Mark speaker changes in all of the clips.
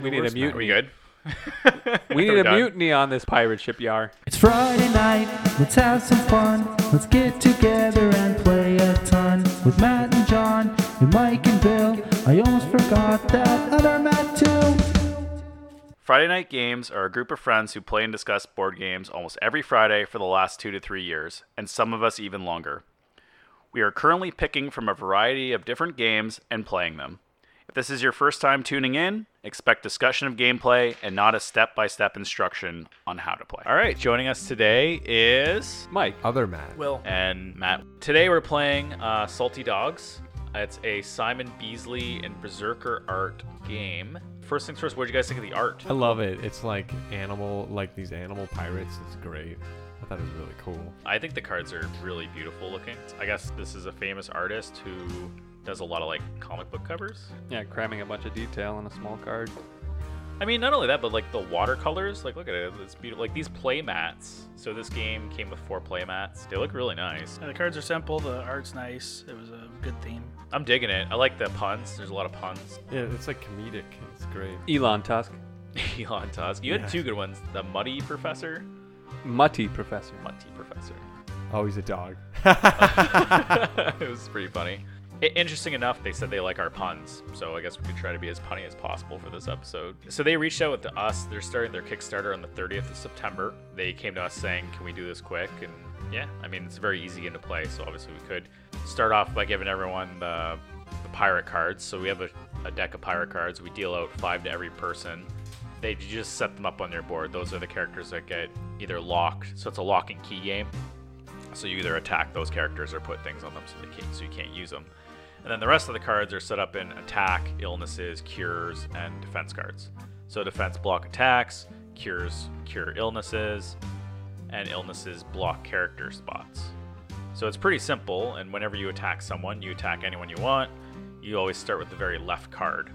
Speaker 1: We need a
Speaker 2: worst
Speaker 1: mutiny.
Speaker 2: We good?
Speaker 1: We need
Speaker 2: we
Speaker 1: a
Speaker 2: done?
Speaker 1: mutiny on this pirate ship, Yar.
Speaker 3: It's Friday night, let's have some fun. Let's get together and play a ton with Matt and John and Mike and Bill. I almost forgot that other Matt too.
Speaker 2: Friday night games are a group of friends who play and discuss board games almost every Friday for the last two to three years, and some of us even longer. We are currently picking from a variety of different games and playing them. If this is your first time tuning in, expect discussion of gameplay and not a step by step instruction on how to play. All right, joining us today is
Speaker 1: Mike.
Speaker 4: Other Matt.
Speaker 2: Will and Matt. Today we're playing uh, Salty Dogs. It's a Simon Beasley and Berserker art game. First things first, what did you guys think of the art?
Speaker 4: I love it. It's like animal, like these animal pirates. It's great. I thought it was really cool.
Speaker 2: I think the cards are really beautiful looking. I guess this is a famous artist who does a lot of like comic book covers.
Speaker 1: Yeah, cramming a bunch of detail in a small card.
Speaker 2: I mean, not only that, but like the watercolors. Like, look at it. It's beautiful. Like these play mats. So this game came with four play mats. They look really nice.
Speaker 5: Yeah, the cards are simple. The art's nice. It was a good theme.
Speaker 2: I'm digging it. I like the puns. There's a lot of puns.
Speaker 4: Yeah, it's like comedic. It's great.
Speaker 1: Elon Tusk.
Speaker 2: Elon Tusk. You had two good ones. The Muddy Professor.
Speaker 1: Mutty Professor.
Speaker 2: Muddy Professor.
Speaker 4: Oh, he's a dog.
Speaker 2: it was pretty funny. I- interesting enough, they said they like our puns, so I guess we could try to be as punny as possible for this episode. So they reached out to us. They're starting their Kickstarter on the 30th of September. They came to us saying, "Can we do this quick?" And yeah, I mean it's a very easy game to play, so obviously we could start off by giving everyone the, the pirate cards. So we have a, a deck of pirate cards. We deal out five to every person. They just set them up on their board. Those are the characters that get either locked, so it's a lock and key game. So you either attack those characters or put things on them so they can't, so you can't use them. And then the rest of the cards are set up in attack, illnesses, cures, and defense cards. So defense block attacks, cures cure illnesses, and illnesses block character spots. So it's pretty simple, and whenever you attack someone, you attack anyone you want. You always start with the very left card.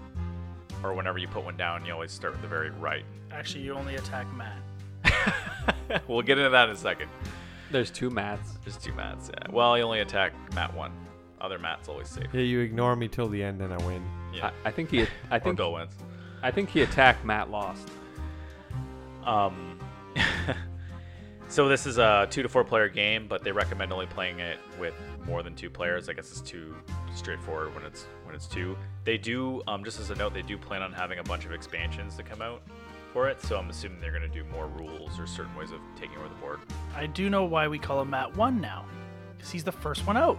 Speaker 2: Or whenever you put one down, you always start with the very right.
Speaker 5: Actually, you only attack Matt.
Speaker 2: we'll get into that in a second.
Speaker 1: There's two mats.
Speaker 2: Just two mats. Yeah. Well, I only attack Matt one. Other Matt's always safe.
Speaker 4: Yeah, you ignore me till the end, and I win.
Speaker 2: Yeah.
Speaker 1: I, I think he. I
Speaker 2: Or
Speaker 1: think.
Speaker 2: Bill wins.
Speaker 1: I think he attacked Matt. Lost.
Speaker 2: Um, so this is a two to four player game, but they recommend only playing it with more than two players. I guess it's too straightforward when it's when it's two. They do, um, just as a note, they do plan on having a bunch of expansions to come out for it. So I'm assuming they're going to do more rules or certain ways of taking over the board.
Speaker 5: I do know why we call him Matt One now, because he's the first one out.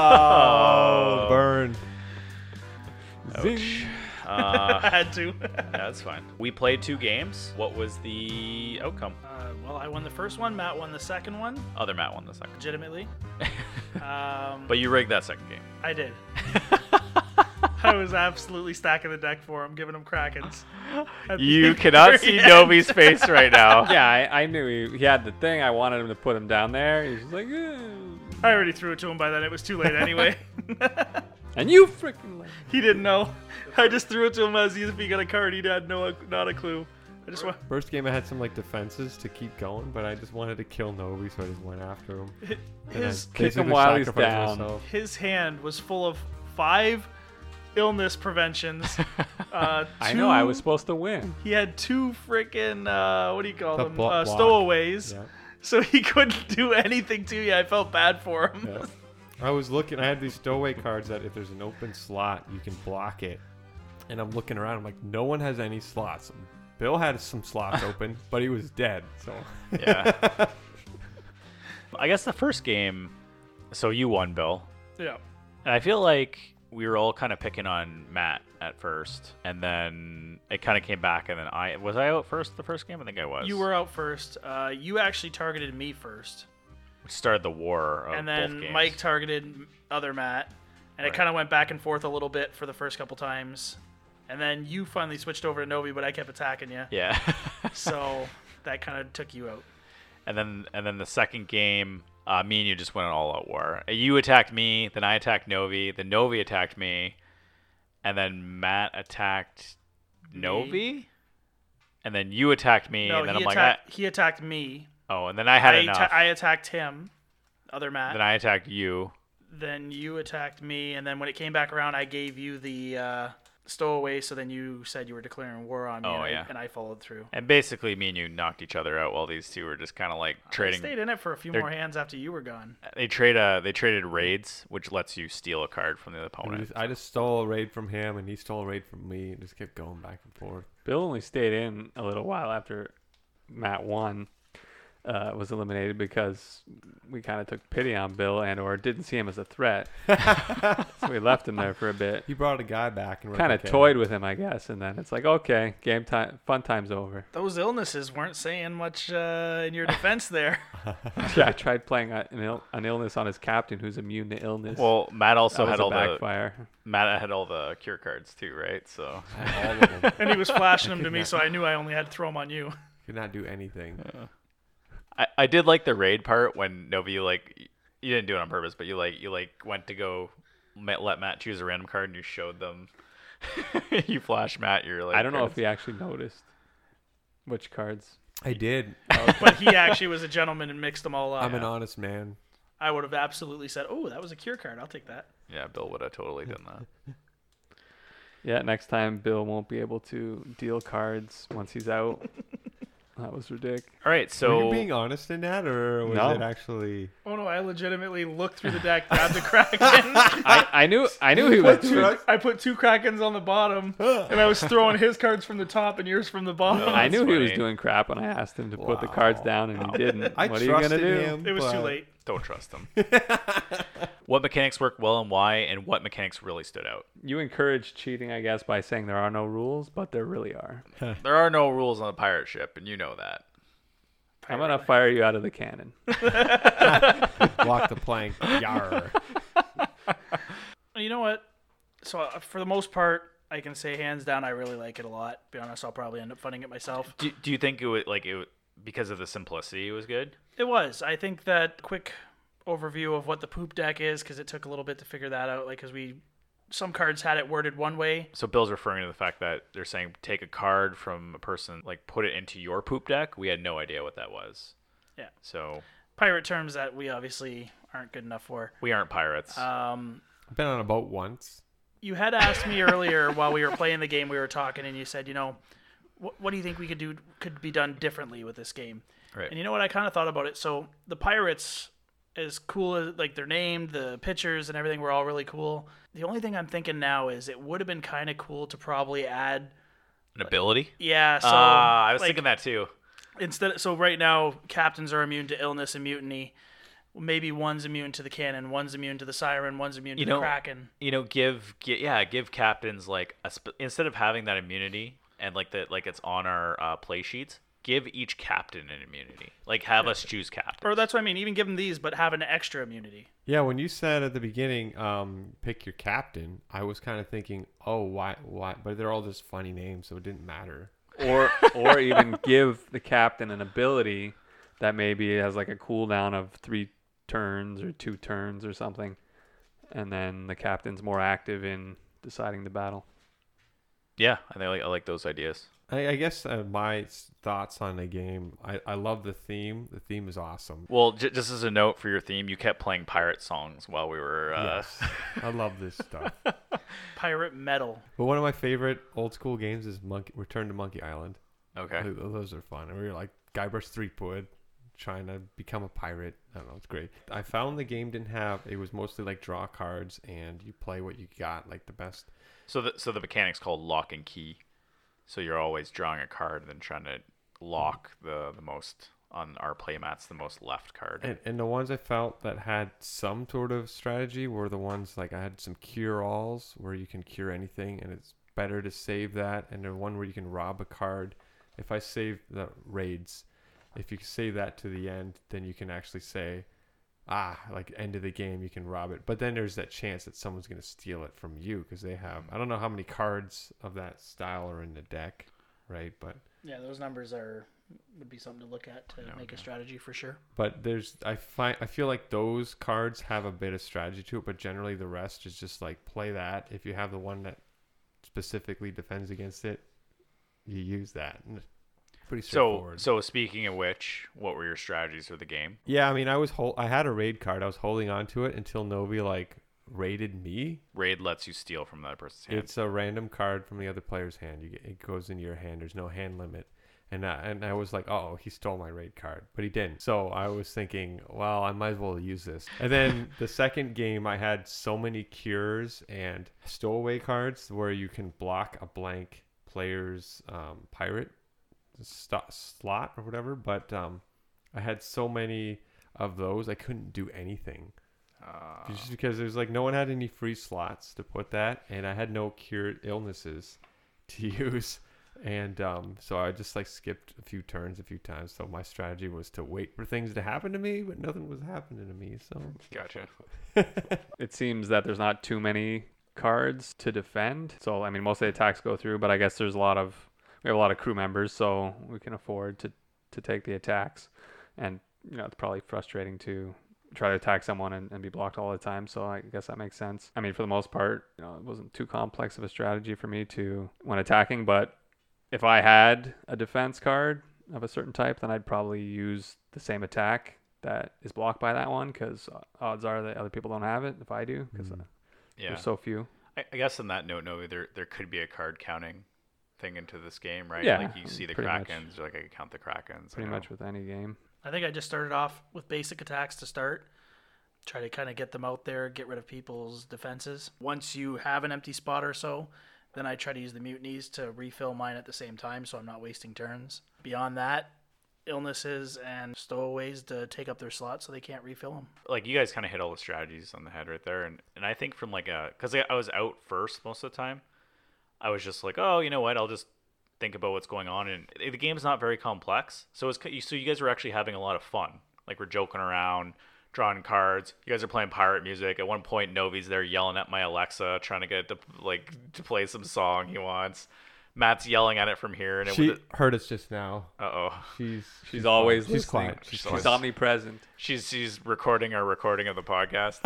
Speaker 4: Oh, burn.
Speaker 1: Zing.
Speaker 2: Uh,
Speaker 5: Had to.
Speaker 2: that's fine. We played two games. What was the outcome?
Speaker 5: uh, well, I won the first one. Matt won the second one,
Speaker 2: Other Matt won the second.
Speaker 5: legitimately. Um,
Speaker 2: But you rigged that second game.
Speaker 5: I did. I was absolutely stacking the deck for him, giving him krakens. at the
Speaker 2: You cannot
Speaker 5: very
Speaker 2: see
Speaker 5: end.
Speaker 2: Novi's face right now.
Speaker 1: Yeah, I, I knew he, he had the thing. I wanted him to put him down there. He's just like, eh.
Speaker 5: I already threw it to him by then. It was too late anyway.
Speaker 1: and you freaking. left.
Speaker 5: he didn't know. I just threw it to him as he- if he got a card. He had no, not a clue. I just went.
Speaker 4: First game, I had some like defenses to keep going, but I just wanted to kill Novi, so I just went after him. And I
Speaker 5: His
Speaker 1: kick him
Speaker 4: basically
Speaker 1: while he's
Speaker 4: sacrificed
Speaker 1: down.
Speaker 4: myself.
Speaker 5: his hand was full of five illness preventions. Uh,
Speaker 1: I
Speaker 5: two-
Speaker 1: know. I was supposed to win.
Speaker 5: He had two freaking uh, what do you call
Speaker 4: The
Speaker 5: them?
Speaker 4: blo-
Speaker 5: uh,
Speaker 4: block.
Speaker 5: stowaways.
Speaker 4: Yeah.
Speaker 5: So he couldn't do anything to me. I felt bad for him.
Speaker 4: Yeah. I was looking. I had these stowaway cards that if there's an open slot, you can block it. And I'm looking around. I'm like, no one has any slots. Bill had some slots open, but he was dead. So
Speaker 2: Yeah. I guess the first game, so you won, Bill.
Speaker 5: Yeah.
Speaker 2: And I feel like we were all kind of picking on Matt at first, and then it kind of came back, and then I was I out first the first game. I think I was.
Speaker 5: You were out first. Uh, you actually targeted me first,
Speaker 2: Which started the war. Of
Speaker 5: and
Speaker 2: Oh, both
Speaker 5: then
Speaker 2: games.
Speaker 5: Mike targeted other Matt, and it
Speaker 2: Right.
Speaker 5: kind of went back and forth a little bit for the first couple times, and then you finally switched over to Novi, but I kept attacking you,
Speaker 2: yeah.
Speaker 5: so that kind of took you out.
Speaker 2: and then and then the second game, uh, me and you just went on all out war. You attacked me, then I attacked Novi, then Novi attacked me, and then Matt attacked Novi, and then you attacked me,
Speaker 5: No,
Speaker 2: and then
Speaker 5: he
Speaker 2: I'm like, "Ah." I,
Speaker 5: attacked. he attacked me.
Speaker 2: oh, and then I had
Speaker 5: I,
Speaker 2: enough.
Speaker 5: atta- I attacked him, other Matt.
Speaker 2: then I attacked you.
Speaker 5: then you attacked me, and then when it came back around, I gave you the uh, stowaway. So then you said you were declaring war on me,
Speaker 2: Oh,
Speaker 5: and, I,
Speaker 2: yeah.
Speaker 5: and I followed through.
Speaker 2: And basically, me and you knocked each other out while these two were just kind of like
Speaker 5: I stayed
Speaker 2: trading.
Speaker 5: in it for a few
Speaker 2: they're-
Speaker 5: more hands after you were gone.
Speaker 2: They trade. Uh, they traded raids, which lets you steal a card from the
Speaker 4: I
Speaker 2: opponent.
Speaker 4: just, I just stole a raid from him, and he stole a raid from me, and just kept going back and forth.
Speaker 1: Bill only stayed in a little while after Matt won uh, was eliminated because we kind of took pity on Bill and or didn't see him as a threat. so we left him there for a bit.
Speaker 4: He brought a guy back and we're like,
Speaker 1: Kind of
Speaker 4: "Okay."
Speaker 1: toyed with him, I guess, and then it's like, okay, game time, fun time's over.
Speaker 5: Those illnesses weren't saying much uh, in your defense there.
Speaker 1: yeah, I tried playing a- an, Ill- an illness on his captain who's immune to illness.
Speaker 2: Well, Matt also
Speaker 1: that was
Speaker 2: had
Speaker 1: a
Speaker 2: all the
Speaker 1: backfire.
Speaker 2: Matt had all the cure cards too, right? So
Speaker 4: All of them.
Speaker 5: and he was flashing them to me, so I knew I only had to throw them on you.
Speaker 4: Could not do anything.
Speaker 2: I, I did like the raid part when Nova you like y- you didn't do it on purpose, but you like you like went to go ma- let Matt choose a random card and you showed them. you flash Matt, you're like
Speaker 1: I don't know if
Speaker 2: cards.
Speaker 1: he actually noticed which cards.
Speaker 4: I did.
Speaker 5: But he actually was a gentleman and mixed them all up.
Speaker 4: I'm an honest man.
Speaker 5: I would have absolutely said, "Oh, that was a cure card. I'll take that."
Speaker 2: yeah Bill would have totally done that.
Speaker 1: Yeah, next time Bill won't be able to deal cards once he's out. that was ridiculous.
Speaker 2: All right,
Speaker 4: Were
Speaker 2: so
Speaker 4: you being honest in that, or was
Speaker 1: No.
Speaker 4: it actually?
Speaker 5: Oh no! I legitimately looked through the deck, grabbed the kraken.
Speaker 1: I, I knew I knew he was doing,
Speaker 5: I put two krakens on the bottom, and I was throwing his cards from the top and yours from the bottom.
Speaker 1: I knew he was
Speaker 2: funny.
Speaker 1: doing crap when I asked him to put the cards down and he didn't.
Speaker 4: I
Speaker 1: what are you
Speaker 4: trusted
Speaker 1: gonna do?
Speaker 4: him.
Speaker 5: it was too
Speaker 4: but-
Speaker 5: late.
Speaker 2: don't trust them. what mechanics work well and why, and what mechanics really stood out?
Speaker 1: You encourage cheating, I guess, by saying there are no rules, but there really are.
Speaker 2: There are no rules on a pirate ship, and you know that.
Speaker 1: I'm gonna fire you out of the cannon.
Speaker 4: Walk the plank. Yar.
Speaker 5: You know what? So uh, for the most part, I can say hands down, I really like it a lot. be honest, I'll probably end up funding it myself.
Speaker 2: Do, do you think it would like it would, because of the simplicity it was good?
Speaker 5: It was. I think that quick overview of what the poop deck is, because it took a little bit to figure that out. Like, because we some cards had it worded one way.
Speaker 2: So Bill's referring to the fact that they're saying take a card from a person, like put it into your poop deck. We had no idea what that was.
Speaker 5: Yeah.
Speaker 2: So
Speaker 5: Pirate terms that we obviously aren't good enough for.
Speaker 2: we aren't pirates.
Speaker 5: Um,
Speaker 4: I've been on a boat once.
Speaker 5: you had asked me earlier while we were playing the game, we were talking, and you said, you know, what, what do you think we could do could be done differently with this game?
Speaker 2: right.
Speaker 5: And you know what? I kind of thought about it. So the pirates, as cool as like they're named, the pictures and everything were all really cool. The only thing I'm thinking now is it would have been kind of cool to probably add,
Speaker 2: An ability.
Speaker 5: yeah. So
Speaker 2: Ah, I was
Speaker 5: like,
Speaker 2: thinking that too.
Speaker 5: instead. So right now, captains are immune to illness and mutiny. Maybe one's immune to the cannon, one's immune to the siren, one's immune to
Speaker 2: You
Speaker 5: the
Speaker 2: know-
Speaker 5: kraken.
Speaker 2: You know, give, gi- yeah, give captains like a sp- instead of having that immunity and like that like it's on our uh, play sheets. Give each captain an immunity. Like have us choose captain.
Speaker 5: Or that's what I mean. Even give them these, but have an extra immunity.
Speaker 4: Yeah, when you said at the beginning, um, pick your captain, I was kind of thinking, oh, why, why? But they're all just funny names, so it didn't matter.
Speaker 1: Or or even give the captain an ability that maybe has like a cooldown of three turns or two turns or something. And then the captain's more active in deciding the battle.
Speaker 2: Yeah, I think I like, I like those ideas.
Speaker 4: I, I guess uh, my s- thoughts on the game. I, I love the theme. The theme is awesome.
Speaker 2: Well, j- just as a note for your theme, you kept playing pirate songs while we were. Uh,
Speaker 4: Yes, I love this stuff.
Speaker 5: Pirate metal.
Speaker 4: But one of my favorite old school games is Monkey Return to Monkey Island.
Speaker 2: Okay.
Speaker 4: Th- Those are fun. And we were like Guybrush Threepwood trying to become a pirate. I don't know. It's great. I found the game didn't have. It was mostly like draw cards and you play what you got, like the best.
Speaker 2: So the so the mechanic's called lock and key. So you're always drawing a card and then trying to lock the the most on our playmats the most left card.
Speaker 4: And, and the ones I felt that had some sort of strategy were the ones like I had some cure alls where you can cure anything and it's better to save that. And the one where you can rob a card. If I save the raids, if you save that to the end, then you can actually say, ah, like end of the game, you can rob it. But then there's that chance that someone's going to steal it from you because they have, I don't know how many cards of that style are in the deck, right? But
Speaker 5: Yeah, those numbers are would be something to look at to make a strategy for sure.
Speaker 4: but there's I find I feel like those cards have a bit of strategy to it, but generally the rest is just like play that. If you have the one that specifically defends against it, you use that. And it's Pretty
Speaker 2: So
Speaker 4: straightforward.
Speaker 2: so speaking of which, what were your strategies for the game?
Speaker 4: yeah, I mean, I was hol- I had a raid card. I was holding on to it until Novi like rated me.
Speaker 2: Raid lets you steal from that person's hand.
Speaker 4: It's a random card from the other player's hand. You get, it goes into your hand. There's no hand limit. And I, and I was like, oh, he stole my raid card, but he didn't. So I was thinking, well, I might as well use this. And then the second game, I had so many cures and stowaway cards where you can block a blank player's um, pirate sto- slot or whatever. But um, I had so many of those, I couldn't do anything
Speaker 2: uh,
Speaker 4: just because there's like no one had any free slots to put that, and I had no cured illnesses to use, and um, so I just like skipped a few turns a few times. So my strategy was to wait for things to happen to me, but nothing was happening to me. So
Speaker 2: gotcha.
Speaker 1: It seems that there's not too many cards to defend. So I mean, most of the attacks go through, but I guess there's a lot of we have a lot of crew members, so we can afford to to take the attacks. And you know, it's probably frustrating to try to attack someone and, and be blocked all the time. So I guess that makes sense. I mean, for the most part, you know, it wasn't too complex of a strategy for me to when attacking. But if I had a defense card of a certain type, then I'd probably use the same attack that is blocked by that one because odds are that other people don't have it if I do because
Speaker 4: Mm.
Speaker 2: Yeah.
Speaker 1: there's so few.
Speaker 2: I, I guess on that note, no, there there could be a card counting thing into this game, right?
Speaker 1: Yeah,
Speaker 2: like you see the
Speaker 1: pretty much.
Speaker 2: krakens, you're like I can count the krakens. I
Speaker 1: Pretty
Speaker 2: know.
Speaker 1: much with any game.
Speaker 5: I think I just started off with basic attacks to start. Try to kind of get them out there, get rid of people's defenses. Once you have an empty spot or so, then I try to use the mutinies to refill mine at the same time so I'm not wasting turns. Beyond that, illnesses and stowaways to take up their slots so they can't refill them.
Speaker 2: like you guys kind of hit all the strategies on the head right there and and i think from like a because I, I was out first most of the time i was just like oh you know what i'll just think about what's going on and the game's not very complex so it's ki- so you guys were actually having a lot of fun like we're joking around drawing cards you guys are playing pirate music at one point novi's there yelling at my alexa trying to get it to like to play some song he wants matt's yelling at it from here and it
Speaker 4: she
Speaker 2: was
Speaker 4: heard us just now.
Speaker 2: uh-oh
Speaker 4: She's
Speaker 1: She's always
Speaker 4: quiet. she's
Speaker 1: listening.
Speaker 4: quiet.
Speaker 1: She's,
Speaker 4: She's quiet.
Speaker 1: omnipresent.
Speaker 2: she's she's recording our recording of the podcast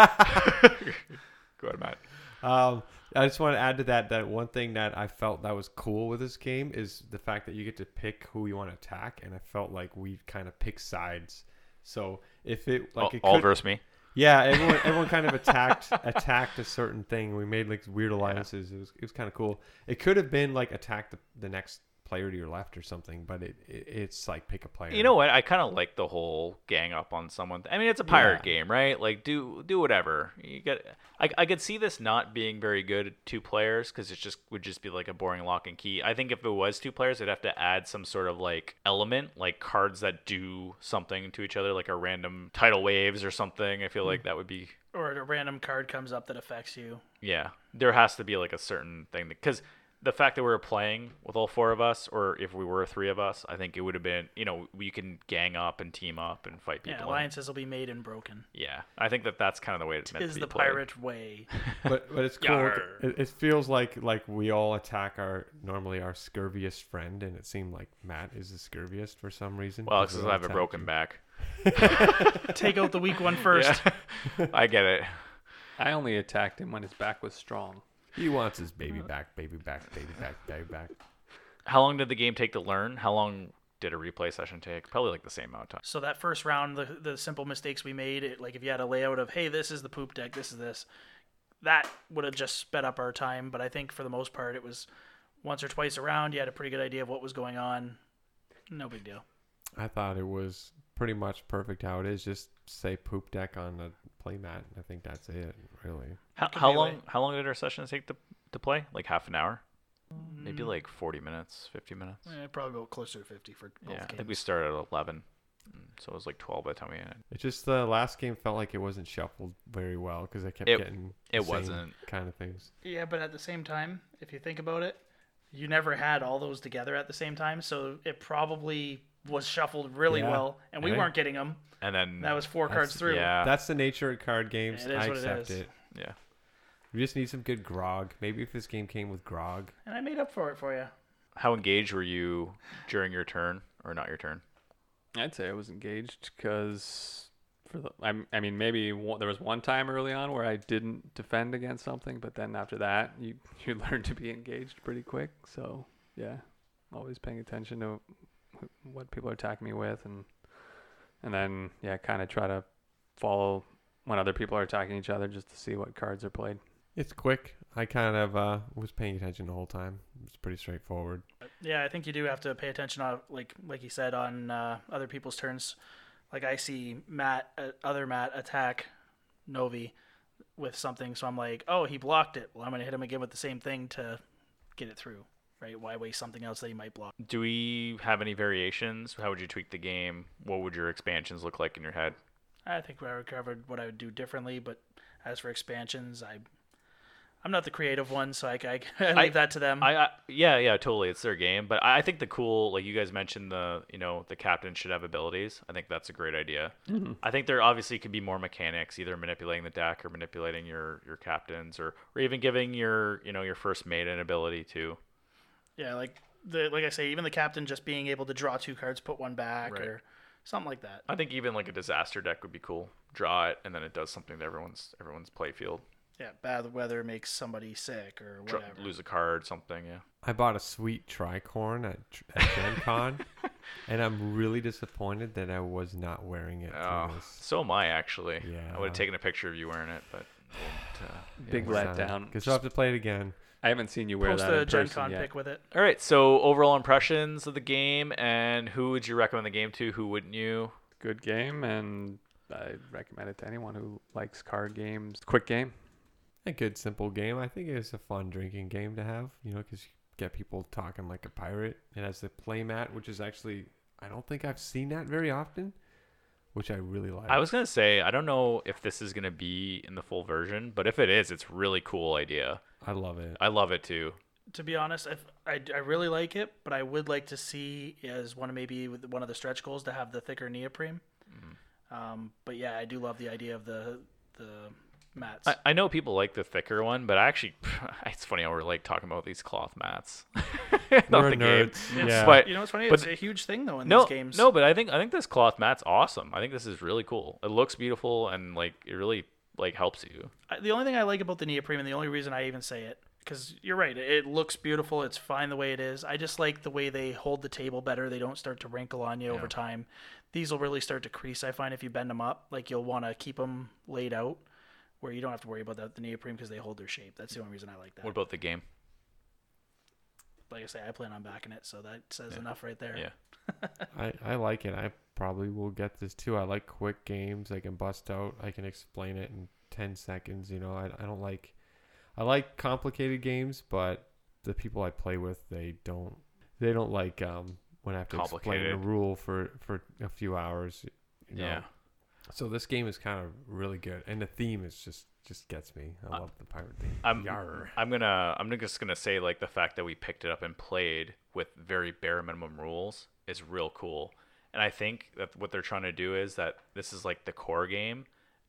Speaker 2: go ahead matt
Speaker 4: Um, I just want to add to that that one thing that I felt that was cool with this game is the fact that you get to pick who you want to attack, and I felt like we kind of pick sides. So if it like
Speaker 2: all,
Speaker 4: it
Speaker 2: all
Speaker 4: could-
Speaker 2: verse me
Speaker 4: Yeah, everyone everyone kind of attacked attacked a certain thing. We made like weird alliances. It was it was kind of cool. It could have been like attack the, the next player to your left or something, but it, it it's like pick a player.
Speaker 2: You know what? I kind of like the whole gang up on someone. I mean, it's a pirate game, right? Like, do do whatever. You get. I, I could see this not being very good at two players because it just would just be like a boring lock and key. I think if it was two players, I'd have to add some sort of like element, like cards that do something to each other, like a random tidal waves or something. I feel like that would be.
Speaker 5: Or a random card comes up that affects you.
Speaker 2: Yeah, there has to be like a certain thing because. The fact that we were playing with all four of us, or if we were three of us, I think it would have been, you know, we can gang up and team up and fight people.
Speaker 5: Yeah,
Speaker 2: and-
Speaker 5: alliances will be made and broken.
Speaker 2: Yeah, I think that that's kind of the way it's meant
Speaker 5: Is
Speaker 2: to be
Speaker 5: the
Speaker 2: played.
Speaker 5: pirate way.
Speaker 4: but but it's cool.
Speaker 2: Yar.
Speaker 4: It, it feels like like we all attack our normally our scurviest friend, and it seemed like Matt is the scurviest for some reason.
Speaker 2: Well,
Speaker 4: 'cause we
Speaker 2: because
Speaker 4: all
Speaker 2: I have a
Speaker 4: attacked
Speaker 2: broken
Speaker 4: him.
Speaker 2: back.
Speaker 5: Take out the weak one first.
Speaker 2: I get it.
Speaker 1: I only attacked him when his back was strong.
Speaker 4: He wants his baby
Speaker 2: Uh-huh.
Speaker 4: back, baby back, baby back, baby back.
Speaker 2: How long did the game take to learn? How long did a replay session take? Probably like the same amount of time.
Speaker 5: So that first round, the the simple mistakes we made, it, like if you had a layout of hey, this is the poop deck, this is this, that would have just sped up our time. But I think for the most part, it was once or twice around. You had a pretty good idea of what was going on. No big deal.
Speaker 4: I thought it was pretty much perfect how it is. Just say poop deck on the playmat. I think that's it, really.
Speaker 2: How,
Speaker 5: could
Speaker 2: how
Speaker 5: be
Speaker 2: long?
Speaker 5: like-
Speaker 2: How long did our sessions take to to play? Like half an hour,
Speaker 5: Mm.
Speaker 2: maybe like forty minutes, fifty minutes.
Speaker 5: Eh, probably go closer to fifty for both
Speaker 2: Yeah, I think
Speaker 5: games.
Speaker 2: we started at eleven, so it was like twelve by the time we ended.
Speaker 4: It just the last game felt like it wasn't shuffled very well because I kept
Speaker 2: It-
Speaker 4: getting
Speaker 2: it
Speaker 4: the same
Speaker 2: wasn't.
Speaker 4: kind of things.
Speaker 5: Yeah, but at the same time, if you think about it, you never had all those together at the same time, so it probably was shuffled really
Speaker 4: Yeah.
Speaker 5: well, and we
Speaker 4: Yeah.
Speaker 5: weren't getting them.
Speaker 2: And then
Speaker 5: That was four cards through.
Speaker 2: Yeah,
Speaker 4: That's the nature of card games.
Speaker 5: It is
Speaker 4: I
Speaker 5: what it
Speaker 4: accept
Speaker 5: is.
Speaker 4: it.
Speaker 2: yeah.
Speaker 4: We just need some good grog. Maybe if this game came with grog,
Speaker 5: And I made up for it for you.
Speaker 2: How engaged were you during your turn or not your turn?
Speaker 1: I'd say I was engaged because for the I, I mean maybe one, there was one time early on where I didn't defend against something, but then after that you you learn to be engaged pretty quick. So yeah, always paying attention to wh- what people are attacking me with, and and then yeah, kind of try to follow when other people are attacking each other just to see what cards are played.
Speaker 4: It's quick. I kind of uh, was paying attention the whole time. It's pretty straightforward.
Speaker 5: Yeah, I think you do have to pay attention on like like you said on uh, other people's turns. Like I see Matt, uh, other Matt attack Novi with something, so I'm like, oh, he blocked it. Well, I'm gonna hit him again with the same thing to get it through. Right? Why waste something else that he might block?
Speaker 2: Do we have any variations? How would you tweak the game? What would your expansions look like in your head?
Speaker 5: I think I recovered what I would do differently, but as for expansions, I I'm not the creative one, so I, I, I leave
Speaker 2: I-
Speaker 5: that to them.
Speaker 2: I, I yeah yeah totally it's their game but I I think the cool like you guys mentioned the you know the captain should have abilities I think that's a great idea
Speaker 5: Mm-hmm.
Speaker 2: I think there obviously could be more mechanics either manipulating the deck or manipulating your your captains or or even giving your you know your first mate an ability too
Speaker 5: Yeah, like the like I say, even the captain just being able to draw two cards, put one back,
Speaker 2: Right.
Speaker 5: or something like that.
Speaker 2: I think even like a disaster deck would be cool draw it and then it does something to everyone's everyone's playfield
Speaker 5: Yeah, bad weather makes somebody sick or
Speaker 2: Dra-
Speaker 5: whatever.
Speaker 2: lose a card something yeah
Speaker 4: I bought a sweet tricorn at, tr- at Gen Con, and I'm really disappointed that I was not wearing it. to
Speaker 2: oh
Speaker 4: this.
Speaker 2: so am I actually I
Speaker 4: Yeah.
Speaker 2: would have taken a picture of you wearing it but I didn't, uh,
Speaker 1: Big letdown.
Speaker 4: Because I'll have to play it again.
Speaker 1: I haven't seen you wear
Speaker 5: Post
Speaker 1: that
Speaker 5: a
Speaker 1: in
Speaker 5: Gen
Speaker 1: person
Speaker 5: Con
Speaker 1: yet.
Speaker 5: pick with it.
Speaker 2: All right, so overall impressions of the game and who would you recommend the game to? Who wouldn't you?
Speaker 1: Good game, and I recommend it to anyone who likes card games. Quick game.
Speaker 4: A good simple game. I think it's a fun drinking game to have, you know, because you get people talking like a pirate. It has the playmat, which is actually, I don't think I've seen that very often, which I really like.
Speaker 2: I was going to say, I don't know if this is going to be in the full version, but if it is, it's really cool idea.
Speaker 4: I love it.
Speaker 2: I love it too.
Speaker 5: To be honest, I, I, I really like it, but I would like to see as one of maybe with one of the stretch goals to have the thicker neoprene.
Speaker 2: Mm-hmm.
Speaker 5: Um, but yeah, I do love the idea of the the mats.
Speaker 2: I, I know people like the thicker one, but I actually, it's funny how we're like talking about these cloth mats. Not
Speaker 4: We're
Speaker 2: the
Speaker 4: nerds,
Speaker 2: game.
Speaker 4: yeah.
Speaker 2: But
Speaker 5: you know what's funny?
Speaker 2: but-
Speaker 5: it's a huge thing though in
Speaker 2: no,
Speaker 5: these games.
Speaker 2: no, but I think I think this cloth mat's awesome. I think this is really cool. It looks beautiful and like it really like helps you.
Speaker 5: I- the only thing I like about the neoprene, and the only reason I even say it, because you're right, it looks beautiful. It's fine the way it is. I just like the way they hold the table better. They don't start to wrinkle on you over time. These will really start to crease. I find if you bend them up, like you'll want to keep them laid out where you don't have to worry about that the neoprene because they hold their shape. That's the only reason I like that.
Speaker 2: What about the game?
Speaker 5: Like I say, I plan on backing it, so that says enough right there.
Speaker 2: Yeah.
Speaker 4: I, I like it. I probably will get this too. I like quick games. I can bust out. I can explain it in 10 seconds. You know, I, I don't like, I like complicated games, but the people I play with, they don't, they don't like, um, when I have to explain a
Speaker 2: Complicated.
Speaker 4: rule for, for a few hours. You know?
Speaker 2: Yeah.
Speaker 4: So this game is kind of really good. And the theme is just, just gets me. I love the pirate theme.
Speaker 2: Uh, I'm
Speaker 4: Yarr.
Speaker 2: I'm gonna I'm just gonna say like the fact that we picked it up and played with very bare minimum rules is real cool. And I think that what they're trying to do is that this is like the core game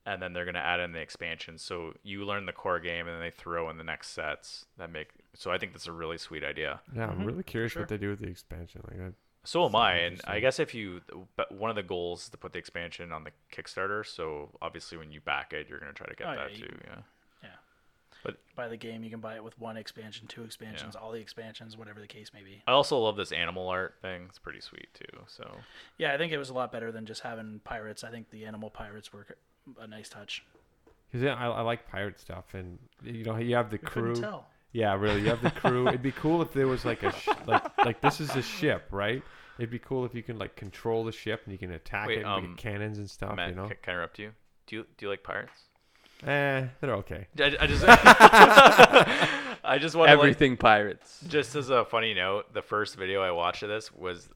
Speaker 2: and then they're gonna add in the expansion. So you learn the core game and then they throw in the next sets that make so I think that's a really sweet idea.
Speaker 4: Yeah. I'm really curious what they do with the expansion. Like I,
Speaker 2: So am I, and I guess if you, but one of the goals is to put the expansion on the Kickstarter. So obviously, when you back it, you're gonna try to get
Speaker 5: Oh,
Speaker 2: that
Speaker 5: yeah, you-
Speaker 2: too. Yeah.
Speaker 5: Buy the game, you can buy it with one expansion, two expansions, all the expansions, whatever the case may be.
Speaker 2: I also love this animal art thing. It's pretty sweet too. So
Speaker 5: Yeah, I think it was a lot better than just having pirates. I think the animal pirates were a nice touch.
Speaker 4: Cause yeah, I, I like pirate stuff, and you know you have the crew.
Speaker 5: Couldn't tell.
Speaker 4: Yeah, really. You have the crew. It'd be cool if there was like a sh- like like this is a ship, right? It'd be cool if you can like control the ship and you can attack
Speaker 2: Wait,
Speaker 4: it and we
Speaker 2: um,
Speaker 4: get cannons and stuff.
Speaker 2: Matt,
Speaker 4: you know,
Speaker 2: ca- can I interrupt you? Do you do you like pirates?
Speaker 4: eh, they're okay.
Speaker 2: I, I just I just want
Speaker 1: Everything pirates.
Speaker 2: just as a funny note, the first video I watched of this was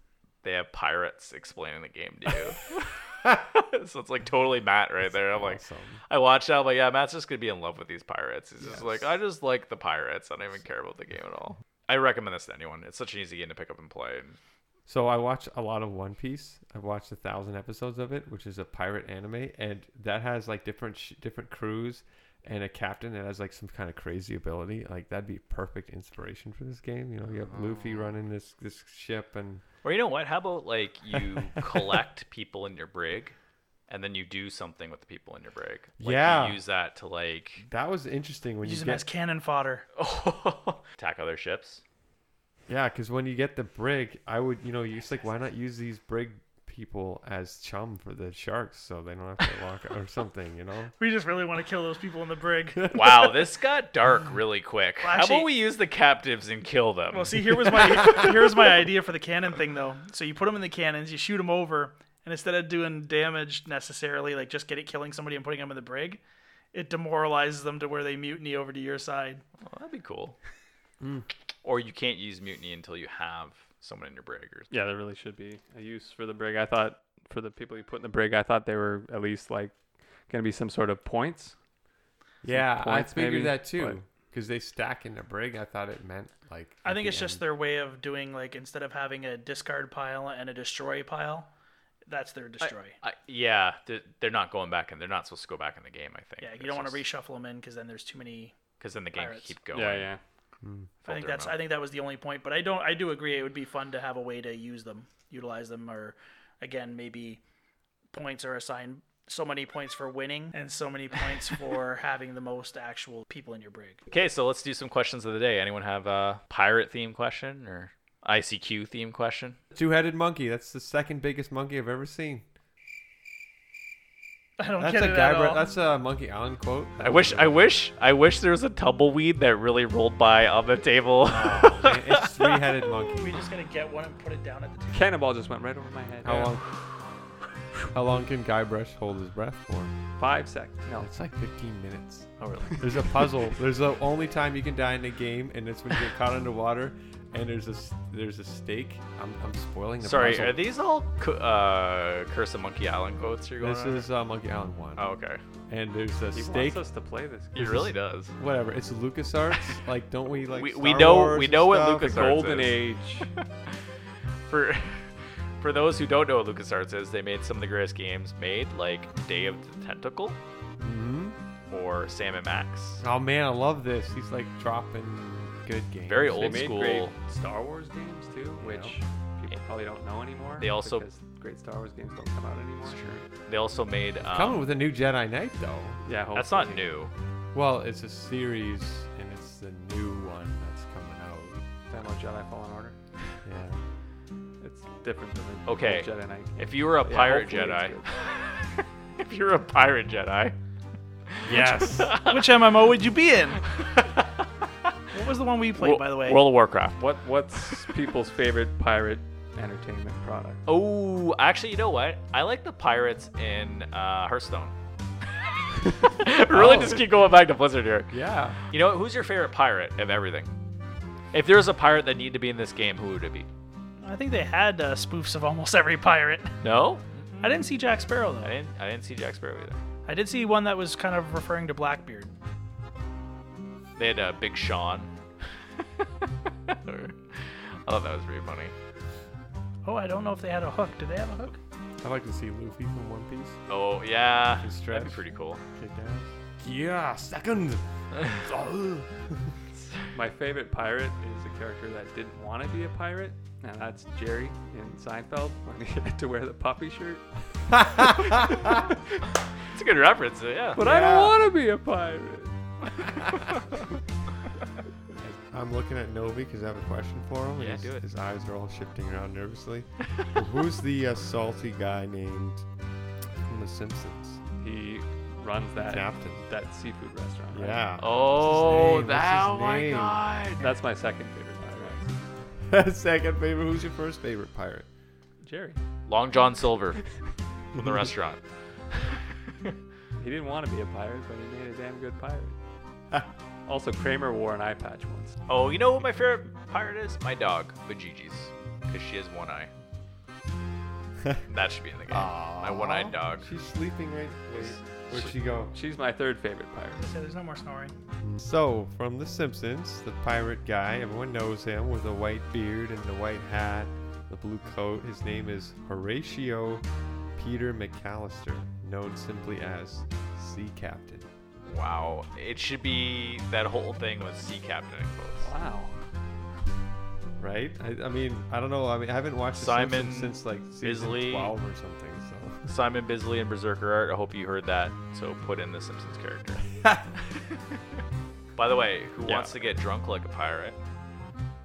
Speaker 2: they have pirates explaining the game to you. so it's like totally Matt right there. I'm like,
Speaker 4: awesome.
Speaker 2: I watched that. I'm like, yeah, Matt's just gonna be in love with these pirates. He's just like, I just like the pirates. I don't even care about the game at all. I recommend this to anyone. It's such an easy game to pick up and play. And
Speaker 4: So I watch a lot of One Piece. I've watched a thousand episodes of it, which is a pirate anime, and that has like different sh- different crews and a captain that has like some kind of crazy ability. Like that'd be perfect inspiration for this game. You know, you have Luffy running this this ship and.
Speaker 2: Or you know what? How about like you collect people in your brig, and then you do something with the people in your brig. Like,
Speaker 4: Yeah.
Speaker 2: You use that to like
Speaker 4: That was interesting when
Speaker 5: Use
Speaker 4: you
Speaker 5: them as
Speaker 4: get
Speaker 5: cannon fodder.
Speaker 2: attack other ships.
Speaker 4: yeah, because when you get the brig, I would you know you just like why not use these brig pe- people as chum for the sharks, so they don't have to walk or something. You know,
Speaker 5: We just really want to kill those people in the brig.
Speaker 2: Wow, this got dark really quick. How
Speaker 5: actually-
Speaker 2: about we use the captives and kill them?
Speaker 5: Well, see, here was my here was my idea for the cannon thing, though. So you put them in the cannons, you shoot them over, and instead of doing damage necessarily, like just get it killing somebody and putting them in the brig, it demoralizes them to where they mutiny over to your side.
Speaker 2: Well, Oh, that'd be cool. Or you can't use mutiny until you have someone in your brig. Or...
Speaker 1: Yeah, there really should be a use for the brig. I thought for the people you put in the brig, I thought they were at least like going to be some sort of points.
Speaker 4: yeah, I
Speaker 1: points
Speaker 4: figured
Speaker 1: maybe,
Speaker 4: that too
Speaker 1: but-
Speaker 4: because they stack in the brig. I thought it meant like
Speaker 5: I
Speaker 4: at
Speaker 5: think
Speaker 4: the
Speaker 5: it's just
Speaker 4: end.
Speaker 5: their way of doing like instead of having a discard pile and a destroy pile, that's their destroy.
Speaker 2: I, yeah, they're, they're not going back and they're not supposed to go back in the game. I think.
Speaker 5: yeah, you don't want to reshuffle them in because then there's too many.
Speaker 2: because then the game can
Speaker 5: pirates.
Speaker 2: keep going.
Speaker 1: Yeah, yeah.
Speaker 5: I think that's I think that was the only point, but I don't I do agree it would be fun to have a way to use them, utilize them, or again maybe points are assigned so many points for winning and so many points for having the most actual people in your brig.
Speaker 2: Okay, so let's do some questions of the day. Anyone have a pirate theme question or ICQ theme question?
Speaker 4: two-headed monkey. That's the second biggest monkey I've ever seen.
Speaker 5: I don't
Speaker 4: That's
Speaker 5: get
Speaker 4: a
Speaker 5: it
Speaker 4: guy.
Speaker 5: at all.
Speaker 4: That's a Monkey Island quote.
Speaker 2: I wish, I wish, I wish there was a tumbleweed that really rolled by on the table. Oh,
Speaker 4: Man, it's three-headed monkey.
Speaker 5: we just gonna get one and put it down at the table.
Speaker 1: Cannonball just went right over my head.
Speaker 4: How long? How long can Guybrush hold his breath for?
Speaker 1: Five seconds. No.
Speaker 4: It's like 15 minutes.
Speaker 2: oh, really?
Speaker 4: There's a puzzle. there's the only time you can die in a game, and it's when you get caught underwater. And there's a s- there's a stake. I'm, I'm spoiling the
Speaker 2: Sorry,
Speaker 4: puzzle.
Speaker 2: are these all cu- uh, Curse of Monkey Island quotes you're going
Speaker 4: This
Speaker 2: on?
Speaker 4: is uh, Monkey Island One.
Speaker 2: Oh, okay.
Speaker 4: And there's a
Speaker 1: He
Speaker 4: stake.
Speaker 1: wants us to play this.
Speaker 2: He really does.
Speaker 4: Whatever. It's LucasArts. like, don't we like?
Speaker 2: We- we
Speaker 4: Star
Speaker 2: know-
Speaker 4: Wars
Speaker 2: we
Speaker 4: and
Speaker 2: know what
Speaker 4: stuff?
Speaker 2: LucasArts-
Speaker 1: Golden
Speaker 2: is.
Speaker 1: Age.
Speaker 2: For for those who don't know what LucasArts is, they made some of the greatest games made, like Day of the Tentacle
Speaker 4: Mhm.
Speaker 2: or Sam and Max.
Speaker 4: Oh man, I love this. He's like dropping good games.
Speaker 2: Very
Speaker 1: they
Speaker 2: old
Speaker 1: made
Speaker 2: school.
Speaker 1: great Star Wars games too, which people probably don't know anymore.
Speaker 2: They also-
Speaker 1: because great Star Wars games don't come out anymore. Sure.
Speaker 2: They also made.
Speaker 4: Coming
Speaker 2: Um,
Speaker 4: with a new Jedi Knight though.
Speaker 1: Yeah.
Speaker 2: that's not
Speaker 1: hopefully.
Speaker 2: new.
Speaker 4: Well, it's a series, and it's the new one that's coming out.
Speaker 1: Demo Jedi Fallen Order.
Speaker 4: Yeah.
Speaker 1: It's different than the
Speaker 2: Okay.
Speaker 1: Jedi Knight.
Speaker 2: If you were a
Speaker 1: Yeah,
Speaker 2: pirate
Speaker 1: hopefully it's
Speaker 2: Jedi, if you were a pirate Jedi,
Speaker 4: Yes.
Speaker 5: Which MMO would you be in? what was the one we played,
Speaker 2: Wo-
Speaker 5: by the way?
Speaker 2: World of Warcraft.
Speaker 1: What what's people's favorite pirate entertainment product?
Speaker 2: Oh, actually, you know what? I like the pirates in uh, Hearthstone. really,
Speaker 4: Oh.
Speaker 2: just keep going back to Blizzard here.
Speaker 4: yeah.
Speaker 2: You know, what? who's your favorite pirate of everything? If there was a pirate that needed to be in this game, who would it be?
Speaker 5: I think they had uh, spoofs of almost every pirate.
Speaker 2: No,
Speaker 5: I didn't see Jack Sparrow though.
Speaker 2: I didn't. I didn't see Jack Sparrow either.
Speaker 5: I did see one that was kind of referring to Blackbeard.
Speaker 2: They had uh, Big Sean. I thought that was pretty funny.
Speaker 5: Oh, I don't know if they had a hook. Do they have a hook?
Speaker 4: I'd like to see Luffy from One Piece
Speaker 2: Oh yeah,
Speaker 4: Good stretch.
Speaker 2: that'd be pretty cool.
Speaker 4: kick ass. Yeah, second.
Speaker 2: Oh.
Speaker 1: My favorite pirate is a character that didn't want to be a pirate, and that's Jerry in Seinfeld when he had to wear the puppy shirt.
Speaker 2: It's a good reference. Yeah.
Speaker 1: But I don't
Speaker 4: Yeah.
Speaker 1: want to be a pirate.
Speaker 4: I'm looking at Novi because I have a question for him.
Speaker 2: Yeah,
Speaker 4: his,
Speaker 2: do it.
Speaker 4: His eyes are all shifting around nervously. Who's the uh, salty guy named from The Simpsons?
Speaker 1: He runs
Speaker 2: Uh,
Speaker 1: that
Speaker 4: Captain.
Speaker 1: that seafood restaurant. right?
Speaker 4: Yeah.
Speaker 2: Oh,
Speaker 4: What's his name?
Speaker 2: that!
Speaker 4: What's
Speaker 2: Oh
Speaker 4: his
Speaker 2: my
Speaker 4: name?
Speaker 2: God.
Speaker 1: That's my second favorite pirate.
Speaker 4: Second favorite. Who's your first favorite pirate?
Speaker 1: Jerry.
Speaker 2: Long John Silver from the restaurant.
Speaker 1: He didn't want to be a pirate, but he made a damn good pirate.
Speaker 4: Ah.
Speaker 1: also, Kramer wore an eye patch once.
Speaker 2: Oh, you know what my favorite pirate is? My dog, Bajiji's, because she has one eye. that should be in the game. My one-eyed dog.
Speaker 4: She's sleeping right. Wait, where'd she go?
Speaker 1: She's my third favorite pirate.
Speaker 5: So there's no more snoring.
Speaker 4: So, from The Simpsons, the pirate guy, everyone knows him with the white beard and the white hat, the blue coat. His name is Horatio Peter McAllister, known simply as Sea Captain.
Speaker 2: Wow. It should be that whole thing with sea captain in quotes.
Speaker 1: Wow.
Speaker 4: Right? I, I mean, I don't know. I mean, I haven't watched The
Speaker 2: Simon
Speaker 4: Simpsons since like season
Speaker 2: Bisley.
Speaker 4: 12 or something. So,
Speaker 2: Simon Bisley and Berserker Art. I hope you heard that. So put in the Simpsons character. By the way, who
Speaker 1: Yeah.
Speaker 2: wants to get drunk like a pirate?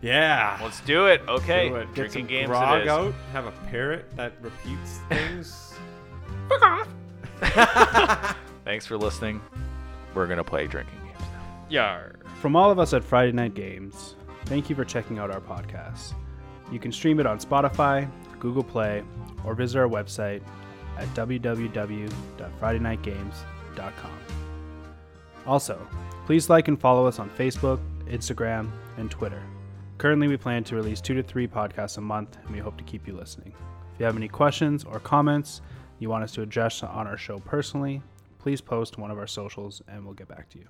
Speaker 4: Yeah.
Speaker 2: Let's do it. Okay.
Speaker 4: Do it. Get
Speaker 2: Drinking
Speaker 4: some
Speaker 2: games
Speaker 4: grog
Speaker 2: it is.
Speaker 4: out. Have a parrot that repeats things.
Speaker 2: Thanks for listening. We're going to play drinking games now.
Speaker 1: Yar.
Speaker 6: From all of us at Friday Night Games, thank you for checking out our podcast. You can stream it on Spotify, Google Play, or visit our website at www.fridaynightgames.com. Also, please like and follow us on Facebook, Instagram, and Twitter. Currently, we plan to release two to three podcasts a month, and we hope to keep you listening. If you have any questions or comments you want us to address on our show personally, please post one of our socials and we'll get back to you.